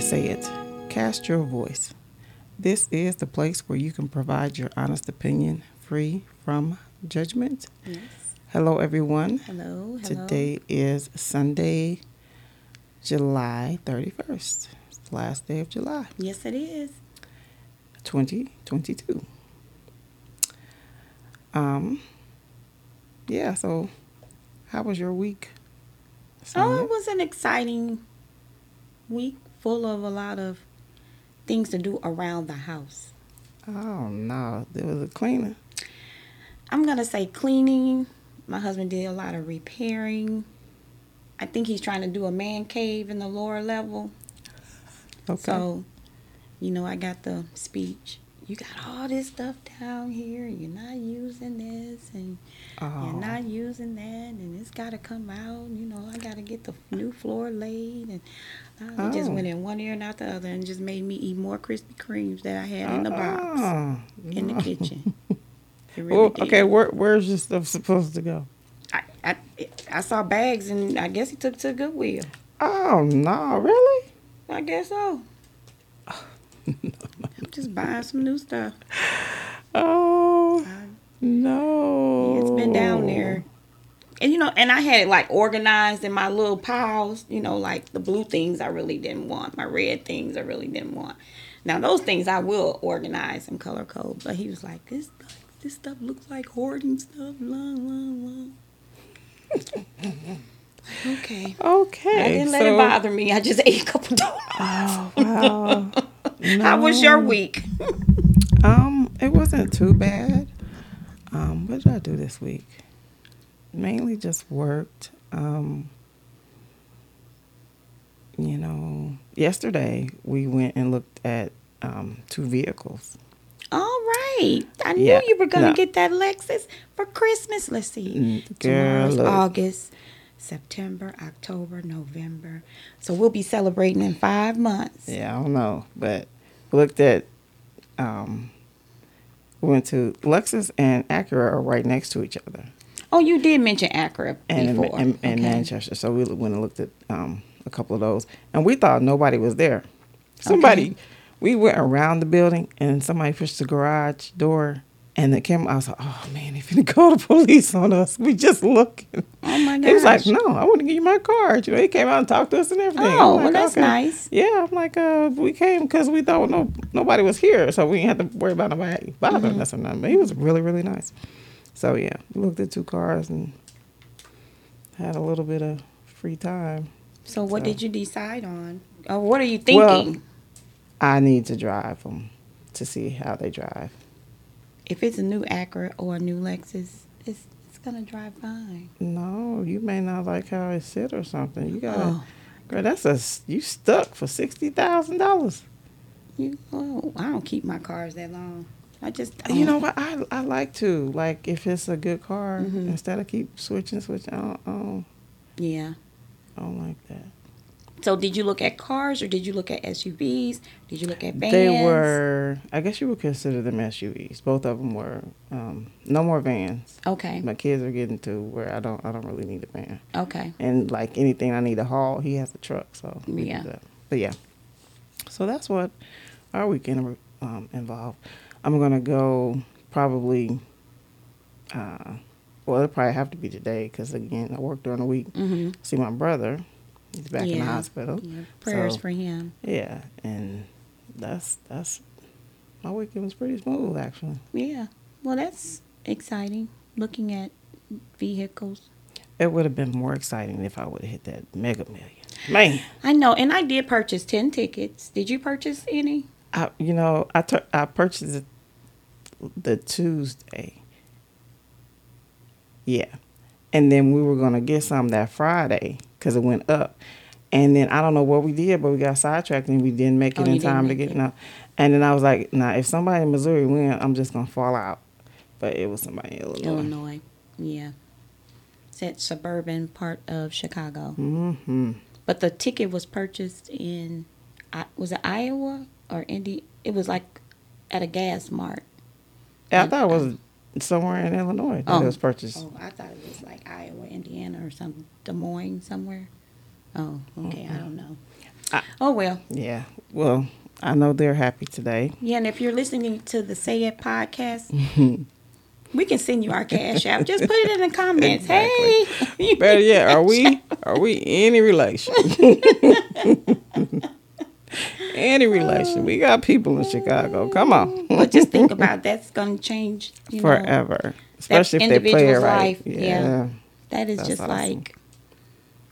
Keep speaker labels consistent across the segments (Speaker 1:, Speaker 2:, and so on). Speaker 1: say it. Cast your voice. This is the place where you can provide your honest opinion free from judgment.
Speaker 2: Yes.
Speaker 1: Hello, everyone.
Speaker 2: Hello. hello.
Speaker 1: Today is Sunday, July 31st. It's the last day of July
Speaker 2: Yes, it is.
Speaker 1: 2022. Um, yeah, so how was your week?
Speaker 2: Oh,
Speaker 1: Sonya?
Speaker 2: it was an exciting week full of a lot of things to do around the house.
Speaker 1: oh no, there was a cleaner.
Speaker 2: I'm going to say cleaning. My husband did a lot of repairing. I think he's trying to do a man cave in the lower level.
Speaker 1: Okay.
Speaker 2: So, you know, I got the speech. You got all this stuff down here, and you're not using this, and
Speaker 1: Oh.
Speaker 2: you're not using that, and it's got to come out. You know, I got to get the new floor laid, and uh, it just
Speaker 1: Oh.
Speaker 2: went in one ear and out the other, and just made me eat more Krispy Kremes that I had in the box
Speaker 1: Uh-uh.
Speaker 2: in the
Speaker 1: No.
Speaker 2: kitchen. It really
Speaker 1: Well,
Speaker 2: did.
Speaker 1: Oh, okay, where where's your stuff supposed to go?
Speaker 2: I, I I saw bags, and I guess he took to Goodwill.
Speaker 1: Oh no, really?
Speaker 2: I guess so. I'm just buying some new stuff.
Speaker 1: Oh
Speaker 2: I-
Speaker 1: no.
Speaker 2: It's been down
Speaker 1: Oh.
Speaker 2: there. And you know, and I had it like organized in my little piles, you know, like the blue things I really didn't want, my red things I really didn't want. Now those things I will organize and color code, but he was like, This stuff this stuff looks like hoarding stuff, blah, blah, blah. okay.
Speaker 1: Okay.
Speaker 2: I didn't let
Speaker 1: so,
Speaker 2: it bother me. I just ate a couple donuts.
Speaker 1: Oh wow.
Speaker 2: How was your week?
Speaker 1: Um, it wasn't too bad. Um, what did I do this week? Mainly just worked. Um, you know, yesterday we went and looked at um, two vehicles.
Speaker 2: All right. I knew
Speaker 1: Yeah,
Speaker 2: you were going to
Speaker 1: no.
Speaker 2: get that Lexus for Christmas. Let's see.
Speaker 1: Mm, girl,
Speaker 2: Tomorrow's
Speaker 1: look.
Speaker 2: August, September, October, November. So we'll be celebrating in five months.
Speaker 1: Yeah, I don't know, but we looked at. Um, we went to Lexus and Acura are right next to each other,
Speaker 2: Oh, you did mention Acura
Speaker 1: and in,
Speaker 2: before.
Speaker 1: and, and Manchester. So we went and looked at um, a couple of those, and we thought nobody was there. Somebody, we went around the building, and somebody pushed the garage door, and it came. I was like, "Oh man, if going call the police on us, we just looking."
Speaker 2: Oh, my
Speaker 1: He was like,
Speaker 2: gosh.
Speaker 1: "No, I want to give you my card." You know, he came out and talked to us and everything. I'm
Speaker 2: Oh,
Speaker 1: like,
Speaker 2: well, that's nice.
Speaker 1: Yeah, I'm like, uh, we came because we thought no nobody was here, so we didn't have to worry about nobody bothering
Speaker 2: Mm-hmm.
Speaker 1: us or nothing. But he was really, really nice. So yeah, we looked at two cars and had a little bit of free time.
Speaker 2: So what
Speaker 1: So-
Speaker 2: did you decide on? Or what are you
Speaker 1: Well-
Speaker 2: thinking?
Speaker 1: I need to drive them to see how they drive.
Speaker 2: if it's a new Acura or a new Lexus, it's, it's going to drive fine.
Speaker 1: No, you may not like how it sit or something. You gotta,
Speaker 2: Oh.
Speaker 1: girl, that's a s- you stuck for sixty thousand dollars.
Speaker 2: You, oh, I don't keep my cars that long. I just, I
Speaker 1: You
Speaker 2: don't-
Speaker 1: know what? I, I like to like if it's a good car
Speaker 2: Mhm.
Speaker 1: instead of keep switching switching. I don't, I don't
Speaker 2: yeah.
Speaker 1: I don't like that.
Speaker 2: So did you look at cars or did you look at SUVs? Did you look at vans?
Speaker 1: They were I guess you would consider them SUVs. Both of them were um, no more vans.
Speaker 2: okay.
Speaker 1: My kids are getting to where I don't I don't really need a van.
Speaker 2: Okay.
Speaker 1: And like anything I need to haul, he has a truck. So we do
Speaker 2: Yeah.
Speaker 1: that. But yeah, so that's what our weekend um, involved. I'm gonna go probably. Uh, well, it'll probably have to be today because again, I work during the week.
Speaker 2: Mm-hmm.
Speaker 1: See my brother. He's back in the hospital.
Speaker 2: Yeah. Prayers
Speaker 1: So-
Speaker 2: for him.
Speaker 1: Yeah, and that's that's my weekend was pretty smooth actually.
Speaker 2: Yeah. Well, that's exciting. Looking at vehicles.
Speaker 1: It would have been more exciting if I would have hit that Mega Million. Man.
Speaker 2: I know, and I did purchase ten tickets. Did you purchase any?
Speaker 1: I, you know, I tur- I purchased it the Tuesday. Yeah, and then we were gonna get some that Friday because it went up, and then I don't know what we did, but we got sidetracked and we didn't make
Speaker 2: Oh,
Speaker 1: it
Speaker 2: you
Speaker 1: in
Speaker 2: didn't
Speaker 1: time to
Speaker 2: make
Speaker 1: get
Speaker 2: it.
Speaker 1: no. And then I was like, nah, if somebody in Missouri win, I'm just gonna fall out. But it was somebody in Illinois.
Speaker 2: Illinois. Yeah. It's that suburban part of Chicago.
Speaker 1: Mm-hmm.
Speaker 2: But the ticket was purchased in, I- was it Iowa or Indy? It was like at a gas mart.
Speaker 1: I thought it was somewhere in Illinois that
Speaker 2: Oh.
Speaker 1: it was purchased.
Speaker 2: Oh, I thought it was like Iowa, Indiana, or some Des Moines somewhere. Oh, okay, I don't know. oh well.
Speaker 1: Yeah. Well, I know they're happy today.
Speaker 2: Yeah, and if you're listening to the Say It podcast, we can send you our cash app. Just put it in the comments. Hey,
Speaker 1: Better yet, are we are we any relation? any relation. We got people in Chicago. Come on.
Speaker 2: but just think about that's going to change you know,
Speaker 1: Forever. Especially if they play it
Speaker 2: individual's
Speaker 1: right.
Speaker 2: life, yeah. That is
Speaker 1: That's
Speaker 2: just
Speaker 1: awesome.
Speaker 2: like,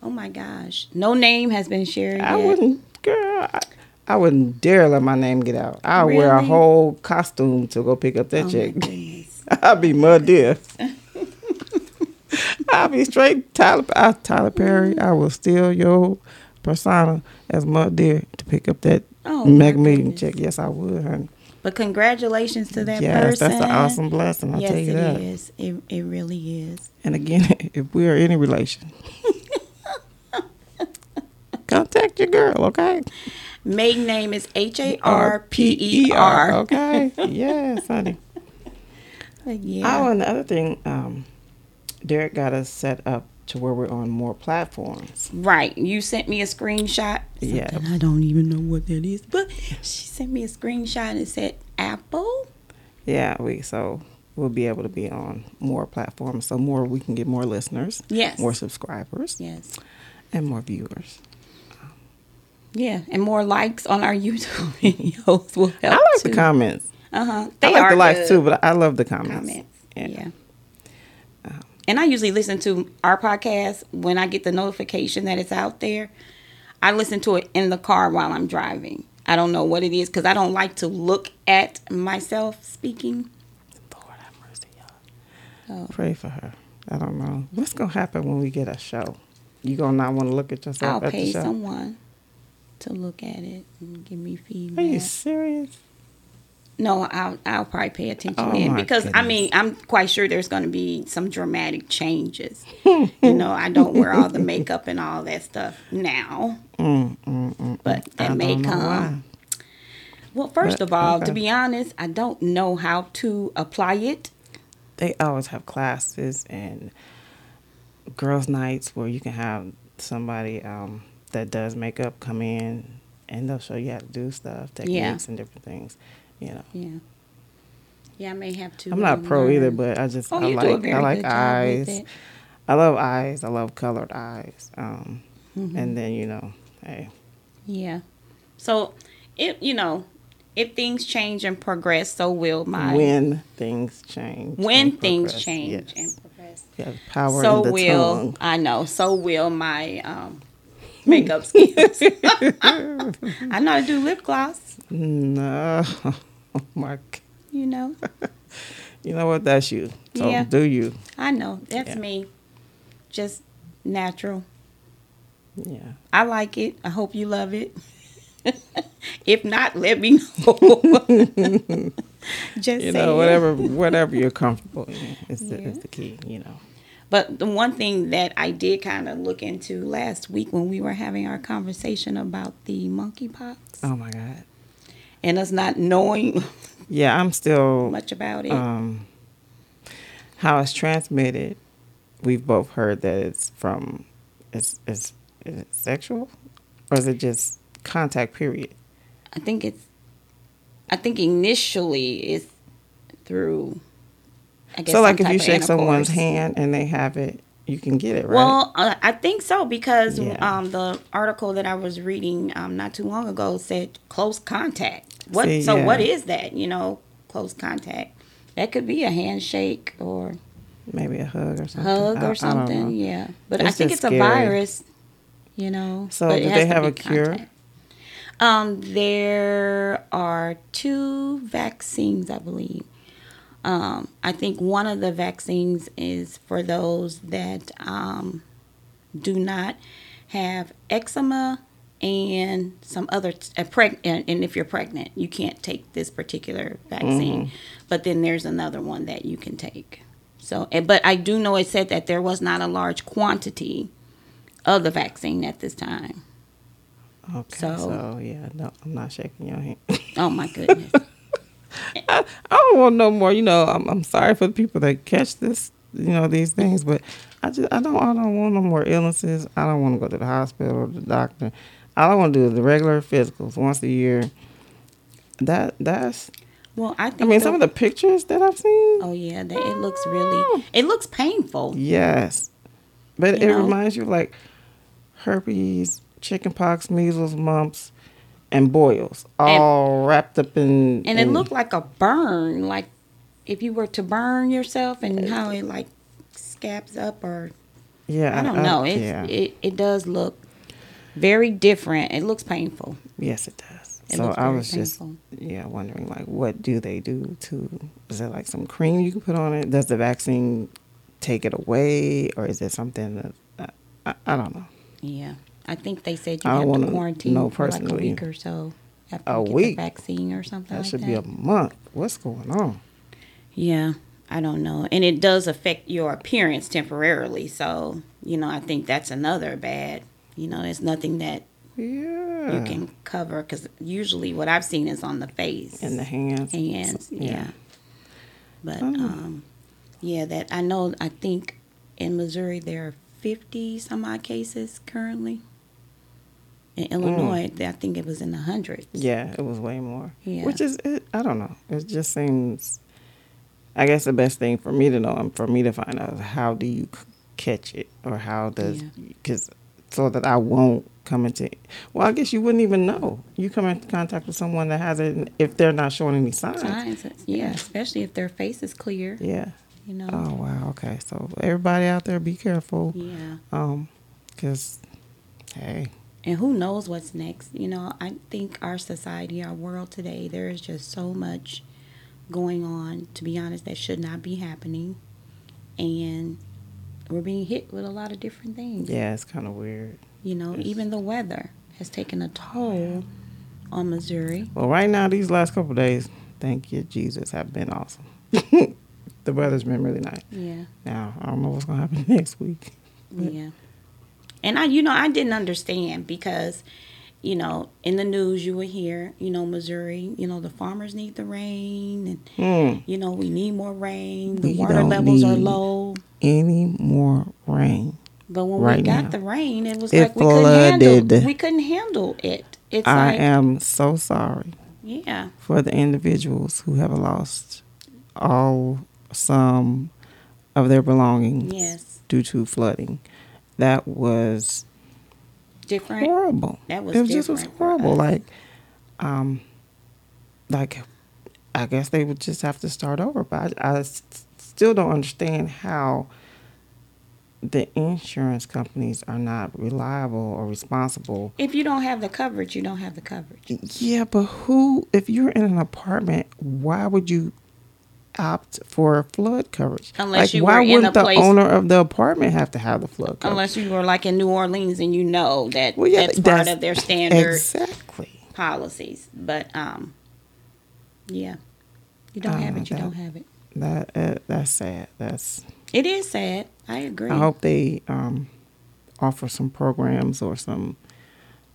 Speaker 2: oh my gosh, no name has been shared.
Speaker 1: I
Speaker 2: yet.
Speaker 1: wouldn't, girl. I, I wouldn't dare let my name get out. I'll wear a
Speaker 2: Really?
Speaker 1: whole costume to go pick up that
Speaker 2: Oh my
Speaker 1: chick.
Speaker 2: goodness.
Speaker 1: I'll be mud deaf. I'll be straight Tyler, I, Tyler Perry. I will steal your persona as mud deer to pick up that
Speaker 2: Oh, my
Speaker 1: mega million
Speaker 2: goodness.
Speaker 1: check. Yes, I would, honey.
Speaker 2: But congratulations to that
Speaker 1: yes,
Speaker 2: person.
Speaker 1: that's an awesome blessing. I'll
Speaker 2: yes,
Speaker 1: tell you
Speaker 2: it
Speaker 1: that.
Speaker 2: is. It it really is.
Speaker 1: And again, if we are any relation, contact your girl, okay?
Speaker 2: Maiden name is H A R P E R.
Speaker 1: Okay. yes, honey.
Speaker 2: Uh, Yeah.
Speaker 1: Oh, and the other thing, um, Derek got us set up to where we're on more platforms.
Speaker 2: Right. You sent me a screenshot.
Speaker 1: Yeah.
Speaker 2: Something I don't even know what that is, but she sent me a screenshot and it said Apple.
Speaker 1: Yeah, we so we'll be able to be on more platforms, so more we can get more listeners,
Speaker 2: Yes.
Speaker 1: more subscribers,
Speaker 2: Yes.
Speaker 1: and more viewers.
Speaker 2: Yeah. And more likes on our YouTube videos will help.
Speaker 1: I like
Speaker 2: too.
Speaker 1: the comments.
Speaker 2: Uh huh.
Speaker 1: I like the likes too, but I love the comments.
Speaker 2: Comments.
Speaker 1: Yeah.
Speaker 2: Yeah. Um, and I usually listen to our podcast when I get the notification that it's out there. I listen to it in the car while I'm driving. I don't know what it is because I don't like to look at myself speaking.
Speaker 1: Lord have mercy, y'all.
Speaker 2: Oh.
Speaker 1: Pray for her. I don't know what's gonna happen when we get a show. You gonna not want to look at yourself
Speaker 2: I'll
Speaker 1: at
Speaker 2: pay
Speaker 1: the show?
Speaker 2: someone to look at it and give me
Speaker 1: Are
Speaker 2: feedback.
Speaker 1: you serious?
Speaker 2: No, I'll I'll probably pay attention
Speaker 1: Oh,
Speaker 2: then
Speaker 1: my
Speaker 2: because I mean I'm quite sure there's going to be some dramatic changes. you know, I don't wear all the makeup and all that stuff now,
Speaker 1: Mm, mm, mm,
Speaker 2: but
Speaker 1: I
Speaker 2: that may
Speaker 1: don't know
Speaker 2: come.
Speaker 1: why.
Speaker 2: Well, first
Speaker 1: But-
Speaker 2: of all,
Speaker 1: okay.
Speaker 2: to be honest, I don't know how to apply it.
Speaker 1: they always have classes and girls' nights where you can have somebody um, that does makeup come in and they'll show you how to do stuff, techniques, and different things. You know,
Speaker 2: Yeah. Yeah, I may have to.
Speaker 1: I'm not
Speaker 2: um,
Speaker 1: pro either,
Speaker 2: learn.
Speaker 1: but I just
Speaker 2: Oh,
Speaker 1: I
Speaker 2: you do a
Speaker 1: like I
Speaker 2: very
Speaker 1: like
Speaker 2: good job with
Speaker 1: eyes.
Speaker 2: it.
Speaker 1: I love eyes. I love colored eyes. Um,
Speaker 2: Mm-hmm.
Speaker 1: And then you know, hey,
Speaker 2: yeah. So, if you know, if things change and progress, so will my
Speaker 1: when things change,
Speaker 2: when
Speaker 1: and
Speaker 2: things
Speaker 1: progress,
Speaker 2: change
Speaker 1: yes.
Speaker 2: and progress.
Speaker 1: You have power
Speaker 2: so
Speaker 1: in the
Speaker 2: will
Speaker 1: tongue.
Speaker 2: I know. So will my um, makeup skills. I know how to do lip gloss.
Speaker 1: No, oh my God.
Speaker 2: You know,
Speaker 1: You know what? That's you. So
Speaker 2: Yeah.
Speaker 1: do you?
Speaker 2: I know that's
Speaker 1: Yeah.
Speaker 2: me. Just natural.
Speaker 1: Yeah.
Speaker 2: I like it. I hope you love it. if not, let me know. Just
Speaker 1: You
Speaker 2: saying.
Speaker 1: know, whatever, whatever you're comfortable in is the, is
Speaker 2: Yeah.
Speaker 1: the key. You know.
Speaker 2: But the one thing that I did kind of look into last week when we were having our conversation about the monkeypox
Speaker 1: Oh my God.
Speaker 2: and us not knowing
Speaker 1: Yeah, I'm still
Speaker 2: much about it.
Speaker 1: um, how it's transmitted. We've both heard that it's from it's it's is it sexual, or is it just contact? Period.
Speaker 2: I think it's. I think initially it's through. I guess
Speaker 1: so, like,
Speaker 2: some
Speaker 1: if you
Speaker 2: type of
Speaker 1: shake someone's
Speaker 2: intercourse.
Speaker 1: hand and they have it, you can get it, right?
Speaker 2: Well, uh, I think so because
Speaker 1: Yeah.
Speaker 2: um, the article that I was reading um, not too long ago said close contact. What?
Speaker 1: See,
Speaker 2: so
Speaker 1: yeah.
Speaker 2: what is that? You know, close contact. That could be a handshake or
Speaker 1: maybe a hug or something. I- I
Speaker 2: hug
Speaker 1: don't know.
Speaker 2: or something. Yeah, but I
Speaker 1: It's
Speaker 2: think it's
Speaker 1: just
Speaker 2: a
Speaker 1: scary.
Speaker 2: virus. You know.
Speaker 1: So
Speaker 2: but it
Speaker 1: do
Speaker 2: has
Speaker 1: they
Speaker 2: to
Speaker 1: have
Speaker 2: be
Speaker 1: a cure?
Speaker 2: Um, there are two vaccines, I believe. Um, I think one of the vaccines is for those that um, do not have eczema and some other uh, preg- and, and if you're pregnant, you can't take this particular vaccine.
Speaker 1: Mm-hmm.
Speaker 2: But then there's another one that you can take. So, eh, but I do know it said that there was not a large quantity of the vaccine at this time.
Speaker 1: Okay. So,
Speaker 2: So-
Speaker 1: yeah, no, I'm not shaking your hand.
Speaker 2: Oh my goodness.
Speaker 1: I, I don't want no more. You know, I'm, I'm sorry for the people that catch this. You know these things, but I just I don't I don't want no more illnesses. I don't want to go to the hospital or the doctor. All I want to do is the regular physicals once a year. That that's.
Speaker 2: Well, I think.
Speaker 1: I mean, some of the pictures that I've seen.
Speaker 2: Oh yeah, that, it looks really. It looks painful.
Speaker 1: Yes, but
Speaker 2: You
Speaker 1: it
Speaker 2: know?
Speaker 1: reminds you of like herpes, chickenpox, measles, mumps, and boils, all wrapped up in.
Speaker 2: and it
Speaker 1: in-
Speaker 2: looked like a burn, like if you were to burn yourself and how it like scabs up or
Speaker 1: Yeah,
Speaker 2: I don't know. It's,
Speaker 1: Uh, yeah.
Speaker 2: It it does look very different. It looks painful.
Speaker 1: yes, it does.
Speaker 2: It
Speaker 1: so
Speaker 2: looks
Speaker 1: I
Speaker 2: very
Speaker 1: was just
Speaker 2: painful.
Speaker 1: yeah wondering like what do they do to? Is it like some cream you can put on it? Does the vaccine take it away, or is it something that I, I, I don't know?
Speaker 2: Yeah, I think they said you
Speaker 1: I
Speaker 2: have
Speaker 1: wanna
Speaker 2: to quarantine
Speaker 1: know
Speaker 2: for like a
Speaker 1: personally.
Speaker 2: week or so after
Speaker 1: A
Speaker 2: you get
Speaker 1: week?
Speaker 2: the vaccine or something.
Speaker 1: That
Speaker 2: like
Speaker 1: should
Speaker 2: that.
Speaker 1: be a month. What's going on?
Speaker 2: Yeah, I don't know. And it does affect your appearance temporarily. So, you know, I think that's another bad, you know, it's nothing that
Speaker 1: Yeah.
Speaker 2: you can cover because usually what I've seen is on the face
Speaker 1: in the hands.
Speaker 2: hands. Yeah.
Speaker 1: yeah.
Speaker 2: But,
Speaker 1: Oh.
Speaker 2: um, yeah, that I know, I think in Missouri there are 50 some odd cases currently. In Illinois, I think it was in the hundreds.
Speaker 1: Mm. Yeah, it was way more.
Speaker 2: Yeah.
Speaker 1: Which is, it, I don't know. It just seems, I guess the best thing for me to know and for me to find out is how do you c- catch it or how does,
Speaker 2: Yeah.
Speaker 1: because so that I won't come into, well, I guess you wouldn't even know. You come into contact with someone that has it and if they're not showing any signs.
Speaker 2: Signs, yeah, especially if their face is clear,
Speaker 1: Yeah.
Speaker 2: you know.
Speaker 1: Oh, wow. Okay. So everybody out there, be careful.
Speaker 2: Yeah.
Speaker 1: Um, because, hey,
Speaker 2: and who knows what's next you know i think our society our world today there is just so much going on to be honest that should not be happening and we're being hit with a lot of different things
Speaker 1: yeah, it's kind of weird.
Speaker 2: you know even the weather has taken a toll on missouri
Speaker 1: Well, right now, these last couple days, thank you, Jesus, have been awesome. the weather's been really nice.
Speaker 2: yeah
Speaker 1: Now, I don't know what's going to happen next week.
Speaker 2: Yeah. And I, you know, I didn't understand because, you know, in the news you would hear, you know, Missouri, you know, the farmers need the rain and, you know, we need more rain. The
Speaker 1: Hmm. We
Speaker 2: water
Speaker 1: don't
Speaker 2: levels are
Speaker 1: need-
Speaker 2: low.
Speaker 1: Any more rain?
Speaker 2: But when we
Speaker 1: right
Speaker 2: got
Speaker 1: now.
Speaker 2: the rain, it was
Speaker 1: It
Speaker 2: like we couldn't handle
Speaker 1: flooded.
Speaker 2: we couldn't handle it. It's
Speaker 1: I
Speaker 2: like
Speaker 1: am so sorry
Speaker 2: yeah.
Speaker 1: for the individuals who have lost all some of their belongings
Speaker 2: Yes.
Speaker 1: due to flooding. That was
Speaker 2: Different.
Speaker 1: horrible.
Speaker 2: That was
Speaker 1: it just was
Speaker 2: different for
Speaker 1: horrible.
Speaker 2: us.
Speaker 1: Like, um, like I guess they would just have to start over. But I, I s- still don't understand how the insurance companies are not reliable or responsible.
Speaker 2: If you don't have the coverage, you don't have the coverage.
Speaker 1: Yeah, but who? If you're in an apartment, why would you? opt for flood coverage
Speaker 2: Unless
Speaker 1: like
Speaker 2: you
Speaker 1: why
Speaker 2: were in
Speaker 1: wouldn't
Speaker 2: a
Speaker 1: the
Speaker 2: place-
Speaker 1: owner of the apartment have to have the flood coverage
Speaker 2: Unless you were like in New Orleans and you know that
Speaker 1: Well, yeah,
Speaker 2: that's, part
Speaker 1: that's-
Speaker 2: of their standard
Speaker 1: exactly
Speaker 2: policies. But um, yeah, you don't
Speaker 1: Oh,
Speaker 2: have it. You
Speaker 1: that-
Speaker 2: don't have it.
Speaker 1: that uh, that's sad that's
Speaker 2: It is sad. I agree.
Speaker 1: I hope they um, offer some programs or some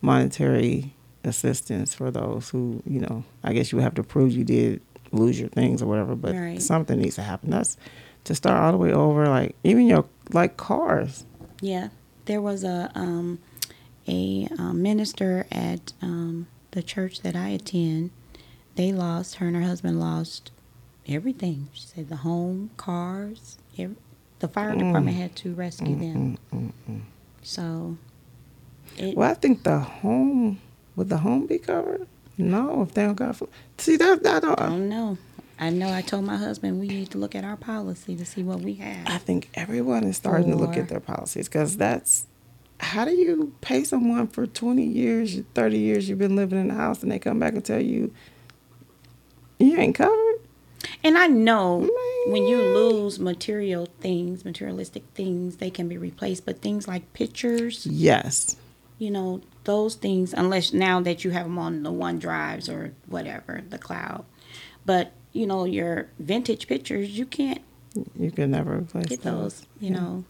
Speaker 1: monetary assistance for those who, you know, I guess you have to prove you did lose your things or whatever, but
Speaker 2: Right.
Speaker 1: something needs to happen. That's to start all the way over, like even your like cars.
Speaker 2: yeah, there was a um, a um, minister at um, the church that I attend. They lost her and her husband lost everything. She said the home, cars. Every, the fire
Speaker 1: Mm.
Speaker 2: department had to rescue them. So. It,
Speaker 1: Well, I think the home would the home be covered? No, if they don't got fl- see that I don't.
Speaker 2: I don't know. I know. I told my husband we need to look at our policy to see what we have.
Speaker 1: I think everyone is starting to look
Speaker 2: Or-
Speaker 1: at their policies because that's how do you pay someone for 20 years, 30 years you've been living in the house and they come back and tell you you ain't covered?
Speaker 2: And I know when you lose material things, materialistic things, they can be replaced. But things like pictures,
Speaker 1: Yes.
Speaker 2: you know, those things, unless now that you have them on the one drives or whatever, the cloud. But, you know, your vintage pictures, you can't
Speaker 1: You can never replace
Speaker 2: get
Speaker 1: those.
Speaker 2: those, you know.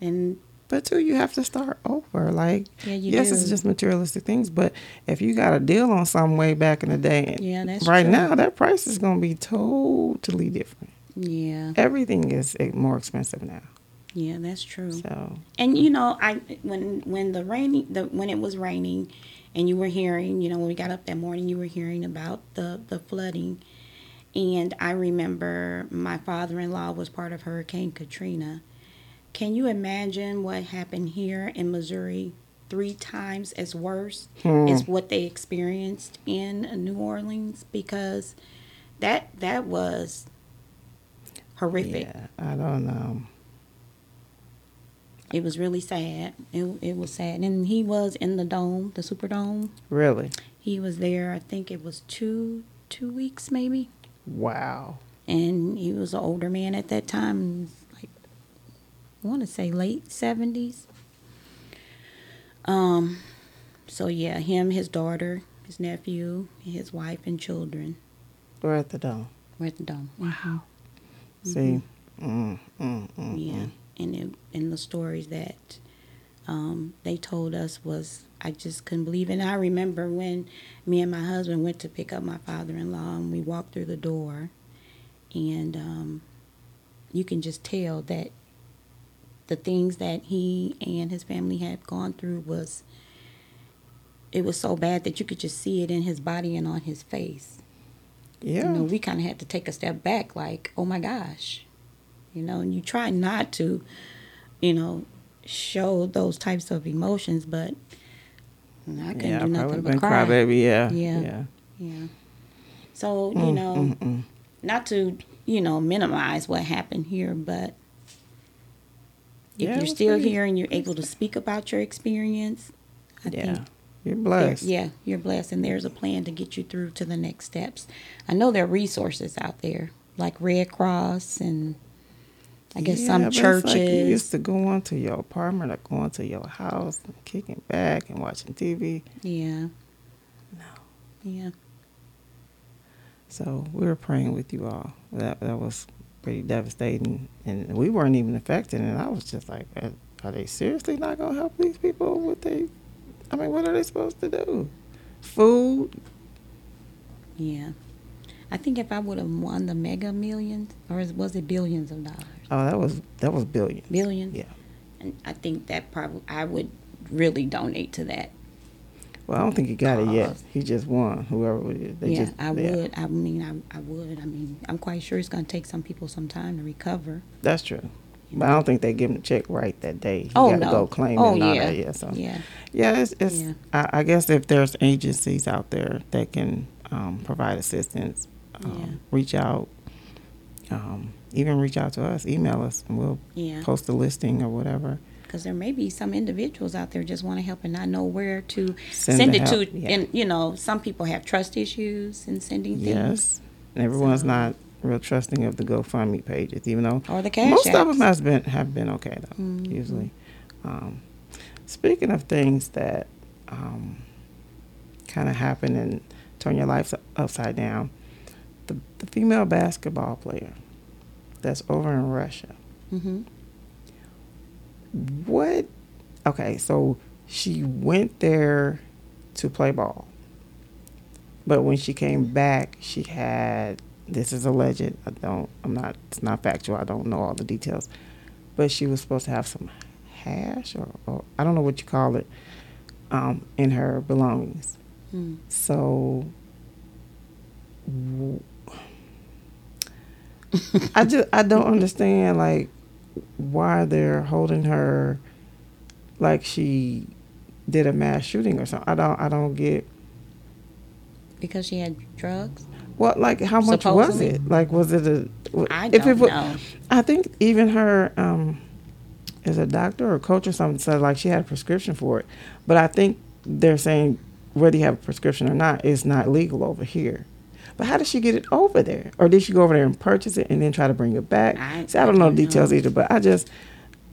Speaker 2: And
Speaker 1: But two, you have to start over. Like,
Speaker 2: Yeah, you
Speaker 1: yes,
Speaker 2: do.
Speaker 1: it's just materialistic things, but if you got a deal on some way back in the day,
Speaker 2: Yeah, that's
Speaker 1: right
Speaker 2: true.
Speaker 1: now that price is going to be totally different.
Speaker 2: yeah,
Speaker 1: Everything is eh, more expensive now.
Speaker 2: Yeah, that's true.
Speaker 1: So
Speaker 2: And you know, I when when the rainy the when it was raining, and you were hearing, you know, when we got up that morning, you were hearing about the the flooding, and I remember my father in law was part of Hurricane Katrina. Can you imagine what happened here in Missouri? Three times as worse is what they experienced in New Orleans because that that was horrific.
Speaker 1: yeah, I don't um, know.
Speaker 2: It was really sad. It, it was sad. And he was in the dome, the Superdome.
Speaker 1: Really,
Speaker 2: He was there, I think it was two two weeks maybe.
Speaker 1: wow.
Speaker 2: And he was an older man at that time, like I want to say late 70s. Um so yeah, him, his daughter, his nephew, his wife and children
Speaker 1: We're at the dome.
Speaker 2: were at the dome. Mm-hmm.
Speaker 1: See, mm, mm, mm.
Speaker 2: Yeah, and it, and the stories that um, they told us was I just couldn't believe. it. And I remember when me and my husband went to pick up my father-in-law, and we walked through the door, and um, you can just tell that the things that he and his family had gone through was it was so bad that you could just see it in his body and on his face
Speaker 1: yeah.
Speaker 2: you know, we kind of had to take a step back, like, oh my gosh, you know, and you try not to, you know, show those types of emotions, but I
Speaker 1: yeah,
Speaker 2: couldn't do
Speaker 1: I probably
Speaker 2: nothing
Speaker 1: would
Speaker 2: but
Speaker 1: been
Speaker 2: cry.
Speaker 1: crybaby. Yeah,
Speaker 2: Yeah.
Speaker 1: yeah. Mm,
Speaker 2: Yeah. So, you know, not to, you know, minimize what happened here, but
Speaker 1: Yeah,
Speaker 2: if
Speaker 1: it
Speaker 2: you're
Speaker 1: was
Speaker 2: still
Speaker 1: pretty-
Speaker 2: here and you're able to speak about your experience, I
Speaker 1: yeah.
Speaker 2: think
Speaker 1: You're
Speaker 2: there-
Speaker 1: blessed.
Speaker 2: yeah, you're blessed, and there's a plan to get you through to the next steps. I know there are resources out there, like Red Cross, and I guess
Speaker 1: Yeah,
Speaker 2: some
Speaker 1: but it's Like you
Speaker 2: churches.
Speaker 1: used to go on to your apartment or go on to your house and kicking back and watching TV.
Speaker 2: yeah,
Speaker 1: No.
Speaker 2: yeah,
Speaker 1: So we were praying with you all. That that was pretty devastating, and we weren't even affected. And I was just like, "Are are they seriously not gonna help these people? What they? I mean, what are they supposed to do? Food?
Speaker 2: yeah. I think if I would have won the Mega Millions, or is- was it billions of dollars?
Speaker 1: Oh, that was that was billion.
Speaker 2: Billions.
Speaker 1: Yeah.
Speaker 2: And I think that probably I would really donate to that.
Speaker 1: Well, I don't think he got it yet.
Speaker 2: Cause-
Speaker 1: He just won. Whoever it is, they
Speaker 2: yeah,
Speaker 1: just
Speaker 2: I
Speaker 1: yeah.
Speaker 2: would. I mean, I, I would. I mean, I'm quite sure it's going to take some people some time to recover.
Speaker 1: That's true. But I don't think they give him the check right that day. You
Speaker 2: Oh,
Speaker 1: gotta
Speaker 2: no.
Speaker 1: go claim
Speaker 2: Oh,
Speaker 1: it and all
Speaker 2: yeah.
Speaker 1: that. Yeah, so.
Speaker 2: Yeah.
Speaker 1: Yeah, it's, it's
Speaker 2: Yeah.
Speaker 1: I, I guess if there's agencies out there that can um, provide assistance, um,
Speaker 2: Yeah.
Speaker 1: reach out, um, even reach out to us, email us, and we'll
Speaker 2: Yeah.
Speaker 1: post a listing or whatever.
Speaker 2: because there may be some individuals out there just want to help and not know where to
Speaker 1: Send
Speaker 2: send,
Speaker 1: the
Speaker 2: it
Speaker 1: help,
Speaker 2: to.
Speaker 1: yeah.
Speaker 2: And you know, some people have trust issues in sending things.
Speaker 1: Yes, and everyone's
Speaker 2: So-
Speaker 1: not real trusting of the GoFundMe pages, even though
Speaker 2: Or the Cash
Speaker 1: most of
Speaker 2: Apps. Mm-hmm.
Speaker 1: them has been have been okay though. Usually, um, speaking of things that um, kind of happen and turn your life upside down, the, the female basketball player that's over in Russia.
Speaker 2: hmm
Speaker 1: What? Okay, so she went there to play ball. But when she came back, she had this is alleged. I don't. I'm not. It's not factual. I don't know all the details. But she was supposed to have some hash or, or I don't know what you call it um, in her belongings.
Speaker 2: Mm.
Speaker 1: So w- I just I don't understand like why they're holding her like she did a mass shooting or something. I don't I don't get
Speaker 2: Because she had drugs.
Speaker 1: Well, like how much was
Speaker 2: Supposedly.
Speaker 1: it? Like was it a? w-
Speaker 2: I
Speaker 1: if it
Speaker 2: don't
Speaker 1: wa-
Speaker 2: know.
Speaker 1: I think even her um, is a doctor or coach or something said like she had a prescription for it, but I think they're saying whether you have a prescription or not, it's not legal over here. But how did she get it over there? Or did she go over there and purchase it and then try to bring it back?
Speaker 2: I-
Speaker 1: See, I
Speaker 2: I
Speaker 1: don't know
Speaker 2: don't
Speaker 1: the details
Speaker 2: know.
Speaker 1: either, but I just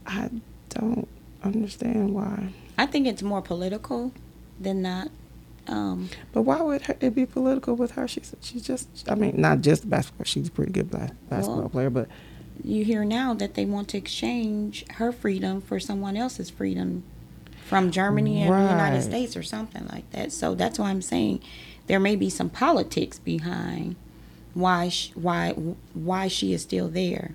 Speaker 1: I don't understand why.
Speaker 2: I think it's more political than not. Um,
Speaker 1: But why would her, it be political with her? She's she's just I mean not just basketball. She's a pretty good bas- basketball
Speaker 2: Well,
Speaker 1: player, but
Speaker 2: you hear now that they want to exchange her freedom for someone else's freedom from Germany and the United
Speaker 1: Right.
Speaker 2: States or something like that. So that's why I'm saying there may be some politics behind why sh- why why she is still there.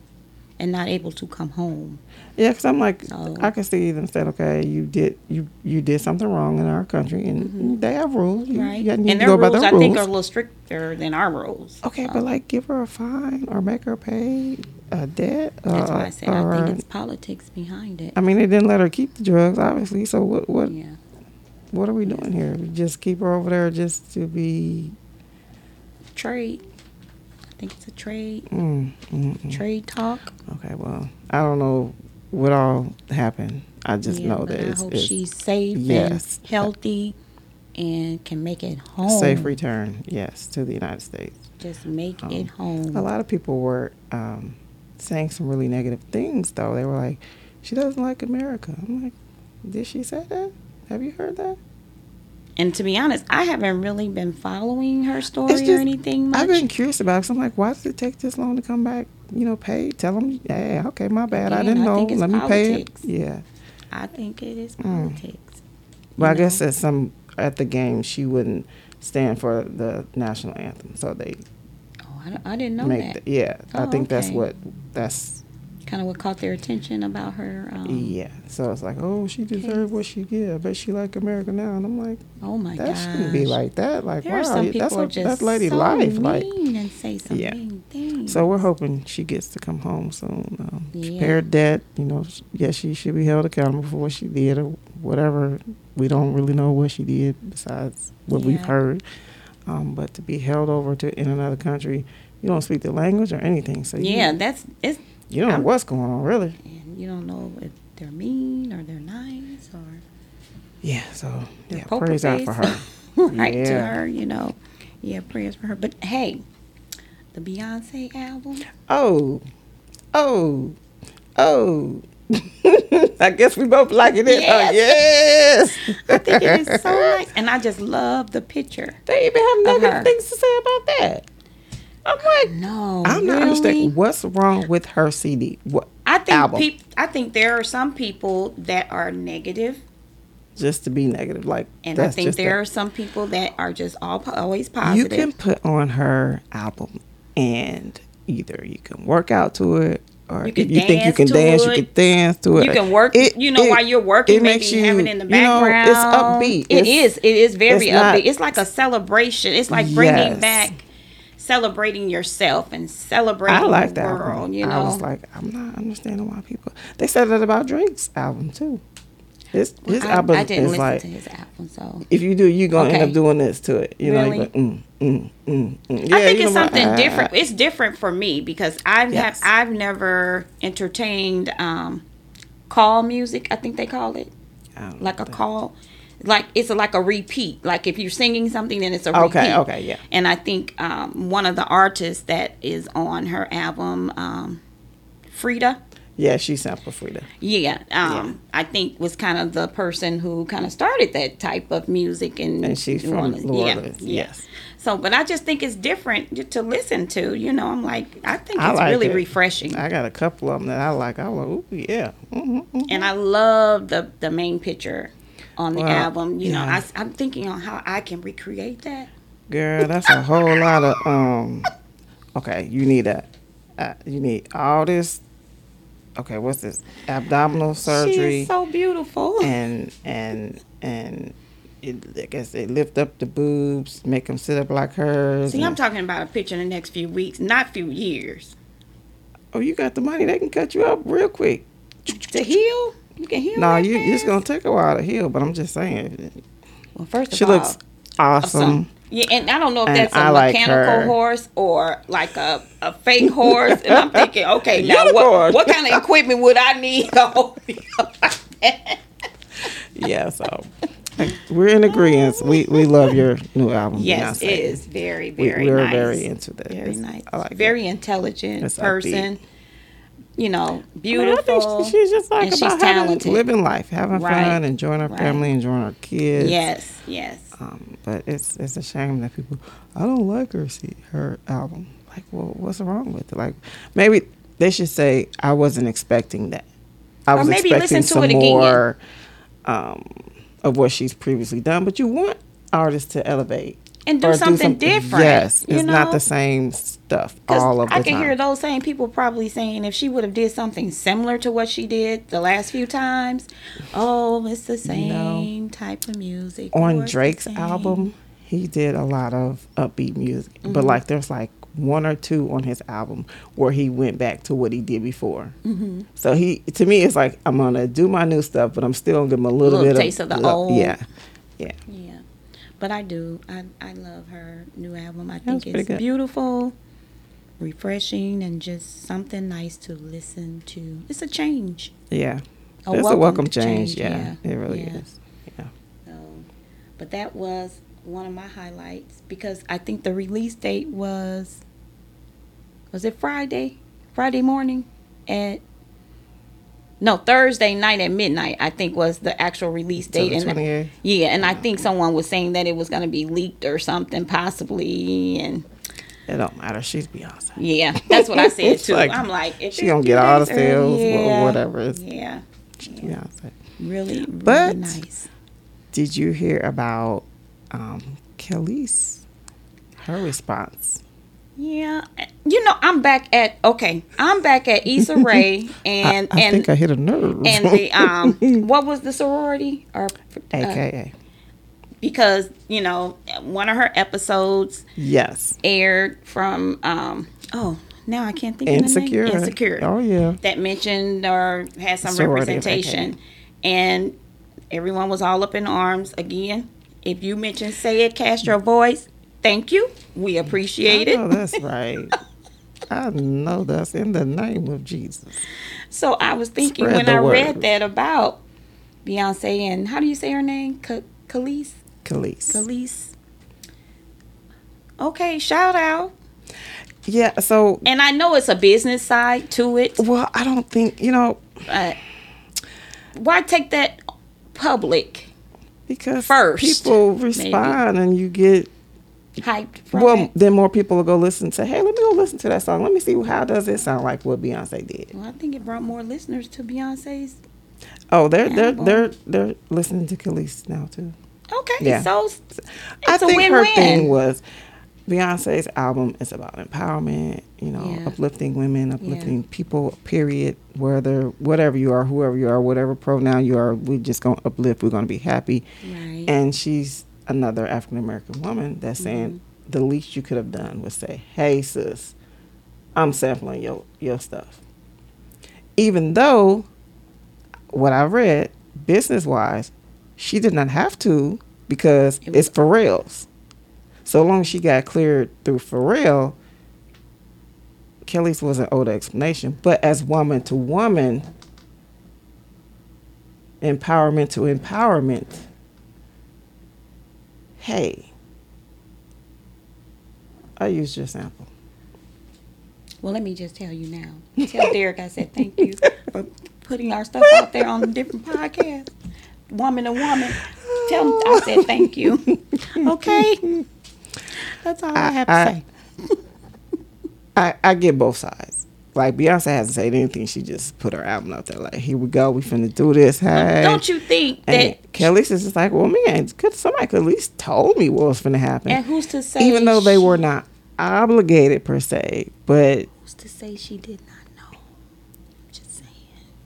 Speaker 2: and not able to come home.
Speaker 1: Yeah, because I'm like,
Speaker 2: So-
Speaker 1: I can see them said, okay, you did you you did something wrong in our country, and they have rules. You,
Speaker 2: Mm-hmm. Right.
Speaker 1: you need to
Speaker 2: and their
Speaker 1: go
Speaker 2: rules,
Speaker 1: by their
Speaker 2: I
Speaker 1: rules.
Speaker 2: think, are a little stricter than our rules.
Speaker 1: okay,
Speaker 2: So,
Speaker 1: but like, give her a fine or make her pay a debt.
Speaker 2: that's
Speaker 1: uh,
Speaker 2: why I said
Speaker 1: or-
Speaker 2: I think it's politics behind it.
Speaker 1: I mean, they didn't let her keep the drugs, obviously. So what what
Speaker 2: yeah.
Speaker 1: what are we doing here? We just keep her over there just to be.
Speaker 2: Trade. I think it's a trade.
Speaker 1: Mm, mm, mm.
Speaker 2: Trade talk.
Speaker 1: Okay, well, I don't know what all happened. I just
Speaker 2: Yeah,
Speaker 1: know
Speaker 2: but
Speaker 1: that
Speaker 2: I
Speaker 1: it's,
Speaker 2: hope
Speaker 1: it's
Speaker 2: she's safe
Speaker 1: yes.
Speaker 2: and healthy and can make it
Speaker 1: a
Speaker 2: home.
Speaker 1: safe return, yes, to the United States.
Speaker 2: Just make it
Speaker 1: A
Speaker 2: home.
Speaker 1: lot of people were um, saying some really negative things, though. They were like, "She doesn't like America." I'm like, "Did she say that? Have you heard that?"
Speaker 2: And to be honest, I haven't really been following her story or anything much.
Speaker 1: I've been curious about. it 'cause I'm like, why does it take this long to come back? You know, pay. Tell them, yeah, okay, my bad. I
Speaker 2: Again,
Speaker 1: didn't
Speaker 2: I
Speaker 1: know.
Speaker 2: think it's
Speaker 1: Let me pay it.
Speaker 2: politics.
Speaker 1: Yeah.
Speaker 2: I think it is
Speaker 1: Mm.
Speaker 2: politics.
Speaker 1: Well, I
Speaker 2: you
Speaker 1: guess
Speaker 2: know?
Speaker 1: at some at the game, she wouldn't stand for the national anthem, so they
Speaker 2: Oh, I, don't- I didn't know
Speaker 1: make.
Speaker 2: that.
Speaker 1: The, yeah, I
Speaker 2: Oh,
Speaker 1: think that's
Speaker 2: okay.
Speaker 1: what that's.
Speaker 2: Kind of what caught their attention about her. Um,
Speaker 1: Yeah. So it's like, oh, she
Speaker 2: Okay.
Speaker 1: deserved what she get, but she like America now, and I'm like,
Speaker 2: Oh my
Speaker 1: that
Speaker 2: gosh.
Speaker 1: shouldn't be like that. Like,
Speaker 2: There
Speaker 1: wow,
Speaker 2: are some
Speaker 1: yeah,
Speaker 2: people
Speaker 1: that's a,
Speaker 2: just
Speaker 1: that's lady
Speaker 2: so
Speaker 1: life.
Speaker 2: mean
Speaker 1: Like,
Speaker 2: and say some
Speaker 1: Yeah.
Speaker 2: mean things.
Speaker 1: So we're hoping she gets to come home soon. Um,
Speaker 2: Yeah.
Speaker 1: Spare debt, you know. sh- Yes, she should be held accountable for what she did or whatever. We don't really know what she did besides what we've
Speaker 2: Yeah.
Speaker 1: heard. Um, but to be held over to in another country, you don't speak the language or anything, so you-
Speaker 2: yeah, that's it's.
Speaker 1: you don't
Speaker 2: I'm-
Speaker 1: know what's going on really.
Speaker 2: And you don't know if they're mean or they're nice or
Speaker 1: Yeah, so
Speaker 2: they're
Speaker 1: yeah, praise out for her.
Speaker 2: right to
Speaker 1: Yeah.
Speaker 2: her, you know. Yeah, prayers for her. But hey, the Beyonce album.
Speaker 1: Oh, oh, oh. I guess we both like it. Oh yes.
Speaker 2: I think it is so nice, and I just love the picture.
Speaker 1: They even have
Speaker 2: of
Speaker 1: negative
Speaker 2: her.
Speaker 1: things to say about that. I'm like,
Speaker 2: No,
Speaker 1: I'm not
Speaker 2: really?
Speaker 1: understanding what's wrong with her CD. What
Speaker 2: I think
Speaker 1: album?
Speaker 2: peop I think there are some people that are negative,
Speaker 1: just to be negative, like
Speaker 2: and I
Speaker 1: that's
Speaker 2: think
Speaker 1: just
Speaker 2: there
Speaker 1: a-
Speaker 2: are some people that are just all po- always
Speaker 1: you
Speaker 2: positive.
Speaker 1: can put on her album and either you can work out to it. Or
Speaker 2: You
Speaker 1: if
Speaker 2: can
Speaker 1: you think you
Speaker 2: dance
Speaker 1: can
Speaker 2: to
Speaker 1: dance, you
Speaker 2: it.
Speaker 1: can dance to it.
Speaker 2: You can work, you know, while you're working, maybe have it in the
Speaker 1: you know,
Speaker 2: background.
Speaker 1: it's upbeat.
Speaker 2: It is. It is very
Speaker 1: it's not-
Speaker 2: upbeat. It's like a celebration. It's like bringing
Speaker 1: Yes.
Speaker 2: back, celebrating yourself and celebrating
Speaker 1: I like
Speaker 2: the
Speaker 1: that
Speaker 2: world.
Speaker 1: album.
Speaker 2: You know,
Speaker 1: I was like, I'm not understanding why people. They said that about Drake's album too. His his
Speaker 2: I,
Speaker 1: album
Speaker 2: I didn't
Speaker 1: is
Speaker 2: listen
Speaker 1: like
Speaker 2: to his album, so
Speaker 1: if you do, you're gonna end
Speaker 2: Okay.
Speaker 1: up doing this to it. You know,
Speaker 2: Really?
Speaker 1: you're like, mm, mm, mm, mm.
Speaker 2: I
Speaker 1: Yeah,
Speaker 2: think
Speaker 1: you
Speaker 2: it's
Speaker 1: know what?
Speaker 2: something
Speaker 1: Ah.
Speaker 2: different. It's different for me because I've
Speaker 1: Yes.
Speaker 2: have, I've never entertained um, call music. I think they call it
Speaker 1: I don't
Speaker 2: like a
Speaker 1: know.
Speaker 2: call, like it's like a repeat. Like if you're singing something, then it's a repeat.
Speaker 1: Okay, okay, yeah.
Speaker 2: And I think um, one of the artists that is on her album, um, Frida.
Speaker 1: Yeah, she sampled Frida.
Speaker 2: Yeah, um, I think was kind of the person who kind of started that type of music, and,
Speaker 1: And she's
Speaker 2: New
Speaker 1: from
Speaker 2: Orleans.
Speaker 1: New
Speaker 2: Yeah,
Speaker 1: Orleans,
Speaker 2: yeah.
Speaker 1: yes.
Speaker 2: So, but I just think it's different j- to listen to. You know, I'm like, I think
Speaker 1: I
Speaker 2: it's
Speaker 1: like
Speaker 2: really
Speaker 1: it.
Speaker 2: refreshing,
Speaker 1: I got a couple of them that I like. I was like, ooh, yeah. Mm-hmm.
Speaker 2: and I love the the main picture on the
Speaker 1: Well,
Speaker 2: album. You know,
Speaker 1: yeah.
Speaker 2: I, s- I'm thinking on how I can recreate that.
Speaker 1: Girl, that's a whole lot of um. Okay, you need a, uh, you need all this. Okay, what's this? Abdominal surgery.
Speaker 2: She's so beautiful.
Speaker 1: and and and it, I guess they lift up the boobs, make them sit up like hers.
Speaker 2: See, I'm
Speaker 1: and-
Speaker 2: talking about a picture in the next few weeks, not few years.
Speaker 1: oh, you got the money? They can cut you up real quick.
Speaker 2: To heal, you can heal.
Speaker 1: No,
Speaker 2: that
Speaker 1: you it's
Speaker 2: fast?
Speaker 1: gonna take a while to heal, but I'm just saying.
Speaker 2: Well, first of
Speaker 1: She
Speaker 2: all,
Speaker 1: looks awesome.
Speaker 2: Yeah, and I don't know if
Speaker 1: And
Speaker 2: that's a
Speaker 1: I like
Speaker 2: mechanical
Speaker 1: her.
Speaker 2: horse or like a, a fake horse. and I'm thinking, okay, now
Speaker 1: Unicorn.
Speaker 2: what what kind of equipment would I need Oh, to hold me up like that?
Speaker 1: Yeah, so like, we're in agreement. We we love your new album.
Speaker 2: Yes,
Speaker 1: Beyonce.
Speaker 2: it is very,
Speaker 1: We,
Speaker 2: very
Speaker 1: we're
Speaker 2: nice.
Speaker 1: very into that.
Speaker 2: very
Speaker 1: It's-
Speaker 2: nice.
Speaker 1: I like it.
Speaker 2: very intelligent
Speaker 1: It's upbeat.
Speaker 2: person. You know,
Speaker 1: I mean, I think
Speaker 2: beautiful.
Speaker 1: she- she's just like
Speaker 2: and
Speaker 1: about
Speaker 2: she's
Speaker 1: having-
Speaker 2: talented.
Speaker 1: living life, having
Speaker 2: Right.
Speaker 1: fun, enjoying her
Speaker 2: Right.
Speaker 1: family, enjoying her kids.
Speaker 2: Yes, yes.
Speaker 1: Um, but it's it's a shame that people I don't like her see her album. Like, well, what's wrong with it? Like, maybe they should say I wasn't expecting that. I
Speaker 2: Or
Speaker 1: was
Speaker 2: maybe
Speaker 1: expecting
Speaker 2: listen to
Speaker 1: some
Speaker 2: it again.
Speaker 1: more um, of what she's previously done. But you want artists to elevate
Speaker 2: and do
Speaker 1: or
Speaker 2: something different,
Speaker 1: Yes,
Speaker 2: you
Speaker 1: it's not
Speaker 2: know?
Speaker 1: the same stuff
Speaker 2: 'Cause
Speaker 1: all of the
Speaker 2: I can
Speaker 1: time.
Speaker 2: hear those same people probably saying if she would have did something similar to what she did the last few times, oh, it's the same type of music.
Speaker 1: on
Speaker 2: or it's the
Speaker 1: Drake's
Speaker 2: same."
Speaker 1: album, he did a lot of upbeat music, but
Speaker 2: Mm-hmm.
Speaker 1: like there's like one or two on his album where he went back to what he did before.
Speaker 2: Mm-hmm.
Speaker 1: So he, to me, it's like I'm gonna do my new stuff, but I'm still gonna give him a little,
Speaker 2: Little
Speaker 1: bit
Speaker 2: taste of the
Speaker 1: lo-
Speaker 2: old.
Speaker 1: Yeah, yeah.
Speaker 2: Yeah, but I do. I I love her new album. I
Speaker 1: was
Speaker 2: think
Speaker 1: pretty
Speaker 2: it's
Speaker 1: good.
Speaker 2: beautiful, refreshing, and just something nice to listen to. It's a change.
Speaker 1: Yeah.
Speaker 2: A
Speaker 1: it's a
Speaker 2: welcomed
Speaker 1: welcome change.
Speaker 2: change,
Speaker 1: Yeah,
Speaker 2: yeah,
Speaker 1: It really
Speaker 2: yeah.
Speaker 1: is. Yeah.
Speaker 2: So, Um, but that was one of my highlights because I think the release date was was it Friday, Friday morning at no Thursday night at midnight. I think was the actual release date.
Speaker 1: the Uh-huh. 28th?
Speaker 2: and yeah, and I think someone was saying that it was going to be leaked or something possibly, and
Speaker 1: It don't matter. She's Beyonce.
Speaker 2: yeah, that's what I said
Speaker 1: It's
Speaker 2: too.
Speaker 1: like,
Speaker 2: I'm like, if
Speaker 1: she
Speaker 2: it's
Speaker 1: gonna
Speaker 2: few
Speaker 1: get all
Speaker 2: days
Speaker 1: the sales
Speaker 2: early,
Speaker 1: or whatever it's-
Speaker 2: Yeah,
Speaker 1: She's Beyonce.
Speaker 2: really, really
Speaker 1: But-
Speaker 2: nice.
Speaker 1: Did you hear about um, Khalees? Her response.
Speaker 2: Yeah, you know, I'm back at okay. I'm back at Issa Rae and
Speaker 1: I, I
Speaker 2: and
Speaker 1: think I hit a nerve.
Speaker 2: and the um, what was the sorority or uh,
Speaker 1: AKA.
Speaker 2: because you know one of her episodes
Speaker 1: Yes.
Speaker 2: aired from um oh now I can't think
Speaker 1: Insecure.
Speaker 2: of the name insecure
Speaker 1: Oh yeah.
Speaker 2: that mentioned or had some
Speaker 1: Sorority of
Speaker 2: representation and everyone was all up in arms again. If you mention say it, cast your voice. Thank you. We appreciate
Speaker 1: I know
Speaker 2: it.
Speaker 1: that's right. I know that's in the name of Jesus.
Speaker 2: So I was thinking
Speaker 1: Spread
Speaker 2: when
Speaker 1: the
Speaker 2: I
Speaker 1: word.
Speaker 2: read that about Beyonce and how do you say her name? Ka- Khalees?
Speaker 1: Khalees.
Speaker 2: Khalees. Okay, shout out.
Speaker 1: Yeah. So
Speaker 2: And I know it's a business side to it,
Speaker 1: well, I don't think you know
Speaker 2: but why take that public
Speaker 1: because
Speaker 2: First,
Speaker 1: people respond and you get
Speaker 2: hyped from
Speaker 1: well.
Speaker 2: it?
Speaker 1: Then more people will go listen to. Hey, let me go listen to that song. Let me see how does it sound like what Beyonce did.
Speaker 2: Well, I think it brought more listeners to Beyonce's.
Speaker 1: Oh, they're they're
Speaker 2: Animal.
Speaker 1: they're they're listening to Khalees now too.
Speaker 2: Okay,
Speaker 1: Yeah.
Speaker 2: so it's
Speaker 1: I
Speaker 2: a
Speaker 1: think her thing
Speaker 2: win-win.
Speaker 1: was Beyonce's album is about empowerment, you know,
Speaker 2: Yeah.
Speaker 1: uplifting women, uplifting people, period, whether whatever you are, whoever you are, whatever pronoun you are, we're just gonna uplift, we're gonna be happy.
Speaker 2: Right.
Speaker 1: And she's another African American woman that's saying
Speaker 2: Mm-hmm.
Speaker 1: the least you could have done was say, Hey sis, I'm sampling your your stuff. Even though what I read, business wise, she did not have to because
Speaker 2: It was-
Speaker 1: it's Pharrell's. So long as she got cleared through Pharrell, Kelly's was an older explanation. But as woman to woman, empowerment to empowerment, hey, I used your sample.
Speaker 2: Well, let me just tell you now. Tell Derek I said thank you for putting our stuff out there on different podcasts. Woman to woman. Tell him I said thank you. Okay. That's all I, have to
Speaker 1: I-
Speaker 2: say.
Speaker 1: I, I get both sides. Like Beyonce hasn't said anything. She just put her album out there. Like, here we go. We finna do this. Hey.
Speaker 2: Don't you think that
Speaker 1: And Kelly's is just like, well, man, could somebody could at least told me what was finna happen.
Speaker 2: and who's to say
Speaker 1: Even though they
Speaker 2: she-
Speaker 1: were not obligated per se, but
Speaker 2: who's to say she did not know? I'm just saying.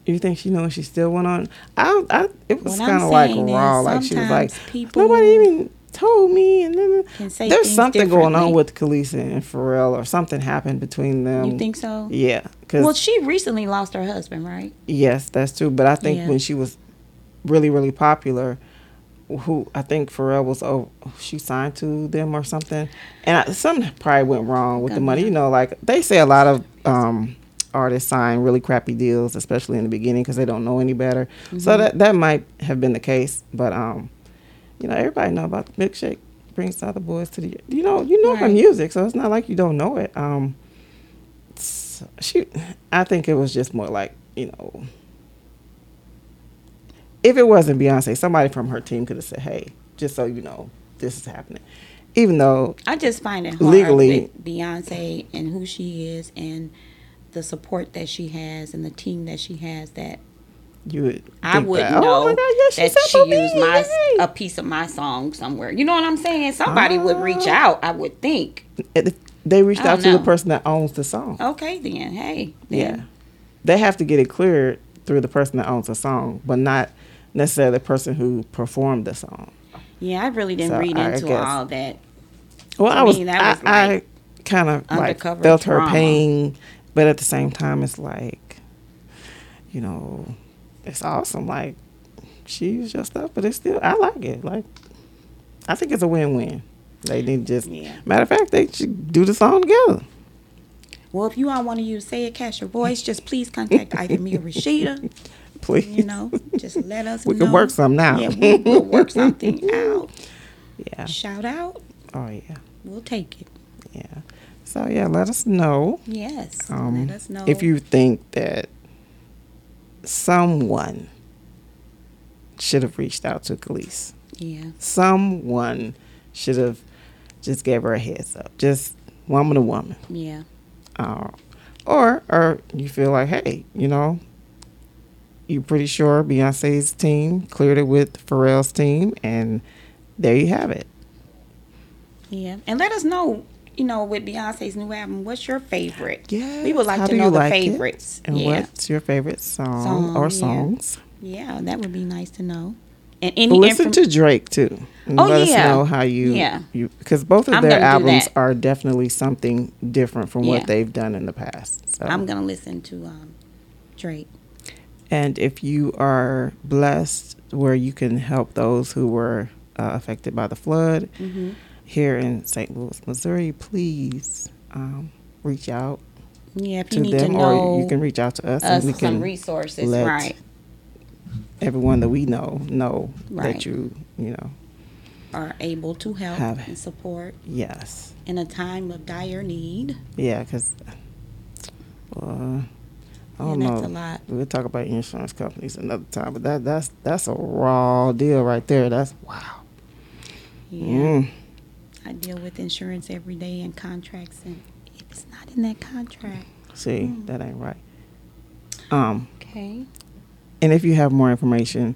Speaker 1: you think she knows she still went on. I, I it was
Speaker 2: What I'm
Speaker 1: kind of like
Speaker 2: saying is
Speaker 1: raw. Like she was like,
Speaker 2: sometimes people
Speaker 1: nobody even told me. And then
Speaker 2: can say
Speaker 1: there's
Speaker 2: things
Speaker 1: something going on
Speaker 2: differently.
Speaker 1: with Khalees and Pharrell, or something happened between them.
Speaker 2: You think so?
Speaker 1: Yeah, because
Speaker 2: Well, she recently lost her husband, right?
Speaker 1: Yes, that's true. But I think
Speaker 2: Yeah.
Speaker 1: when she was really, really popular, who I think Pharrell was oh she signed to them or something, and I, something probably went wrong with the money. You know, like they say a lot of um, artists sign really crappy deals, especially in the beginning because they don't know any better. So that that might have been the case. But um, you know, everybody know about the milkshake brings the other boys to the you know you know her
Speaker 2: Right.
Speaker 1: music, so it's not like you don't know it. Um, so she, I think it was just more like you know, if it wasn't Beyonce, somebody from her team could have said, "Hey, just so you know, this is happening," even though
Speaker 2: I just find it hard
Speaker 1: Legally-
Speaker 2: with Beyonce and who she is and the support that she has and the team that she has that
Speaker 1: you would.
Speaker 2: I
Speaker 1: think
Speaker 2: would
Speaker 1: that,
Speaker 2: know
Speaker 1: oh my God, yes,
Speaker 2: that
Speaker 1: she's
Speaker 2: she used my
Speaker 1: Applebee's.
Speaker 2: a piece of my song somewhere. You know what I'm saying? Somebody would reach
Speaker 1: Oh.
Speaker 2: out. I would think.
Speaker 1: And They reached
Speaker 2: I don't
Speaker 1: out to the
Speaker 2: know. Oh,
Speaker 1: person that owns the song.
Speaker 2: Okay, then. Hey.
Speaker 1: Yeah.
Speaker 2: Then.
Speaker 1: They have to get it cleared through the person that owns the song, but not necessarily the person who performed the song.
Speaker 2: Yeah. I really didn't
Speaker 1: So,
Speaker 2: read
Speaker 1: I
Speaker 2: into
Speaker 1: guess-
Speaker 2: all that.
Speaker 1: Well, I
Speaker 2: To
Speaker 1: was,
Speaker 2: me,
Speaker 1: I,
Speaker 2: that was
Speaker 1: I
Speaker 2: like
Speaker 1: kind of like
Speaker 2: undercover
Speaker 1: felt her
Speaker 2: drama.
Speaker 1: pain, but at the same time, it's like, you know, it's awesome. Like she used your stuff, but it's still I like it. Like I think it's a win-win. They need to just
Speaker 2: Yeah.
Speaker 1: matter of fact, they should do the song together.
Speaker 2: Well, if you all want to use Say It Cash Your Voice, just please contact Ivy or Rashida.
Speaker 1: Please,
Speaker 2: You know, just let us
Speaker 1: we
Speaker 2: know.
Speaker 1: can work something out.
Speaker 2: Yeah, we, we'll work something out.
Speaker 1: yeah.
Speaker 2: Shout out.
Speaker 1: Oh yeah.
Speaker 2: We'll take it.
Speaker 1: Yeah. So yeah, let us know.
Speaker 2: Yes.
Speaker 1: Um,
Speaker 2: let us know.
Speaker 1: if you think that someone should have reached out to Khalees.
Speaker 2: Yeah.
Speaker 1: Someone should have just gave her a heads up. Just woman to woman.
Speaker 2: Yeah.
Speaker 1: Uh, or or you feel like, hey, you know, you're pretty sure Beyonce's team cleared it with Pharrell's team and there you have it.
Speaker 2: Yeah, and let us know, you know, with Beyonce's new album, what's your favorite?
Speaker 1: Yeah.
Speaker 2: we would like
Speaker 1: How
Speaker 2: to
Speaker 1: do
Speaker 2: know
Speaker 1: you
Speaker 2: the
Speaker 1: like it?
Speaker 2: favorites.
Speaker 1: And
Speaker 2: yeah,
Speaker 1: what's your favorite song,
Speaker 2: Song, yeah.
Speaker 1: or songs?
Speaker 2: yeah, that would be nice to know. And any
Speaker 1: But listen
Speaker 2: inform-
Speaker 1: to Drake too. And
Speaker 2: Oh,
Speaker 1: let
Speaker 2: yeah.
Speaker 1: us know how you
Speaker 2: Yeah.
Speaker 1: you because both of
Speaker 2: I'm
Speaker 1: their
Speaker 2: gonna do
Speaker 1: albums
Speaker 2: that.
Speaker 1: are definitely something different from
Speaker 2: Yeah.
Speaker 1: what they've done in the past. So
Speaker 2: I'm gonna listen to um, Drake.
Speaker 1: and if you are blessed where you can help those who were uh, affected by the flood
Speaker 2: Mm-hmm.
Speaker 1: here in St. Louis, Missouri, please um, reach out
Speaker 2: Yeah, if you
Speaker 1: to
Speaker 2: need to
Speaker 1: them
Speaker 2: know
Speaker 1: or you can reach out to us
Speaker 2: us
Speaker 1: and we
Speaker 2: some
Speaker 1: can
Speaker 2: resources,
Speaker 1: let-
Speaker 2: right?
Speaker 1: everyone that we know know
Speaker 2: Right.
Speaker 1: that you you know
Speaker 2: Are able to help
Speaker 1: Have-
Speaker 2: and support
Speaker 1: yes
Speaker 2: in a time of dire need.
Speaker 1: Yeah, because uh, I
Speaker 2: Yeah,
Speaker 1: don't
Speaker 2: that's
Speaker 1: know.
Speaker 2: a lot.
Speaker 1: We'll talk about insurance companies another time, but that that's that's a raw deal right there. That's wow.
Speaker 2: Yeah,
Speaker 1: Mm.
Speaker 2: I deal with insurance every day and contracts, and if it's not in that contract,
Speaker 1: See,
Speaker 2: Mm.
Speaker 1: that ain't right. Um,
Speaker 2: okay.
Speaker 1: and if you have more information,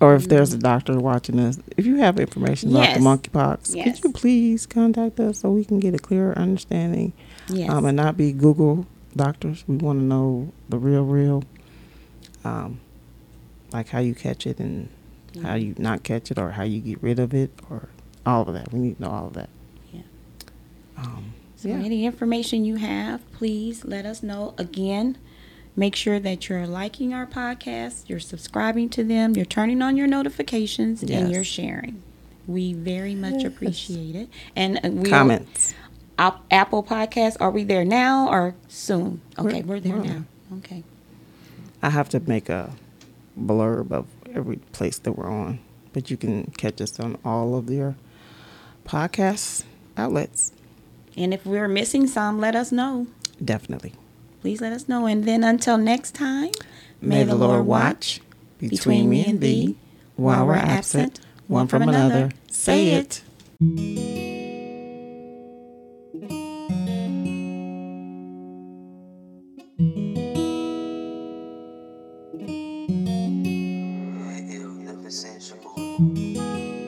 Speaker 1: or if there's a doctor watching us, if you have information
Speaker 2: Yes.
Speaker 1: about the monkeypox,
Speaker 2: Yes.
Speaker 1: could you please contact us so we can get a clearer understanding?
Speaker 2: Yes.
Speaker 1: um, and not be Google doctors. We want to know the real, real, um, like how you catch it and how you not catch it, or how you get rid of it, or all of that. We need to know all of that.
Speaker 2: Yeah.
Speaker 1: Um,
Speaker 2: So
Speaker 1: yeah.
Speaker 2: any information you have, please let us know. Again, make sure that you're liking our podcasts, you're subscribing to them, you're turning on your notifications, and
Speaker 1: Yes.
Speaker 2: you're sharing. We very much appreciate it. And uh, we
Speaker 1: Comments.
Speaker 2: Op- Apple Podcasts. Are we there now or soon? Okay, we're,
Speaker 1: We're-
Speaker 2: there
Speaker 1: we're
Speaker 2: now. Okay.
Speaker 1: I have to make a blurb of every place that we're on, but you can catch us on all of your podcast outlets.
Speaker 2: And if we're missing some, let us know.
Speaker 1: Definitely.
Speaker 2: Please let us know. And then until next time,
Speaker 1: May, the Lord, watch between, me and thee while we're absent, one from another. Say it.
Speaker 3: Eu não desejo amor.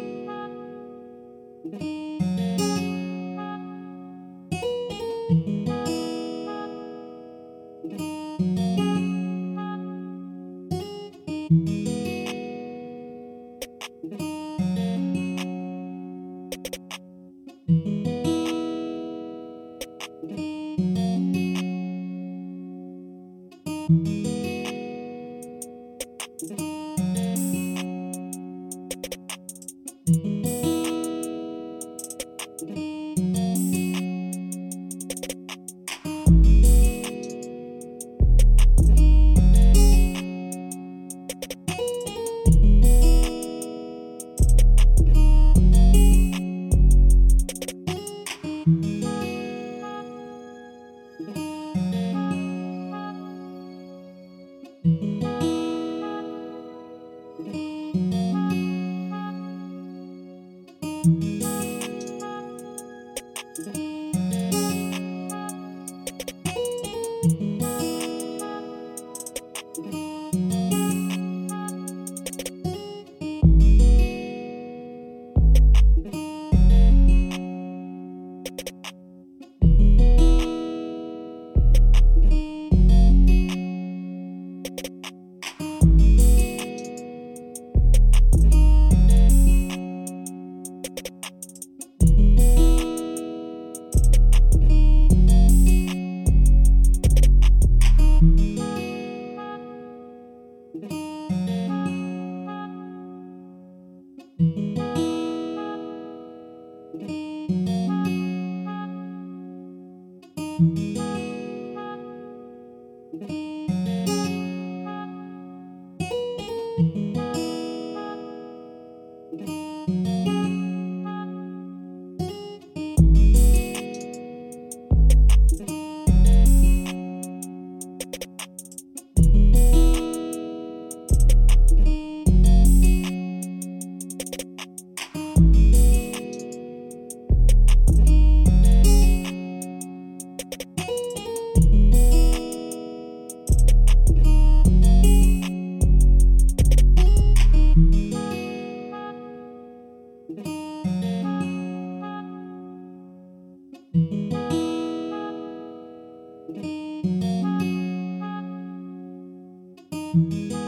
Speaker 1: Thank you.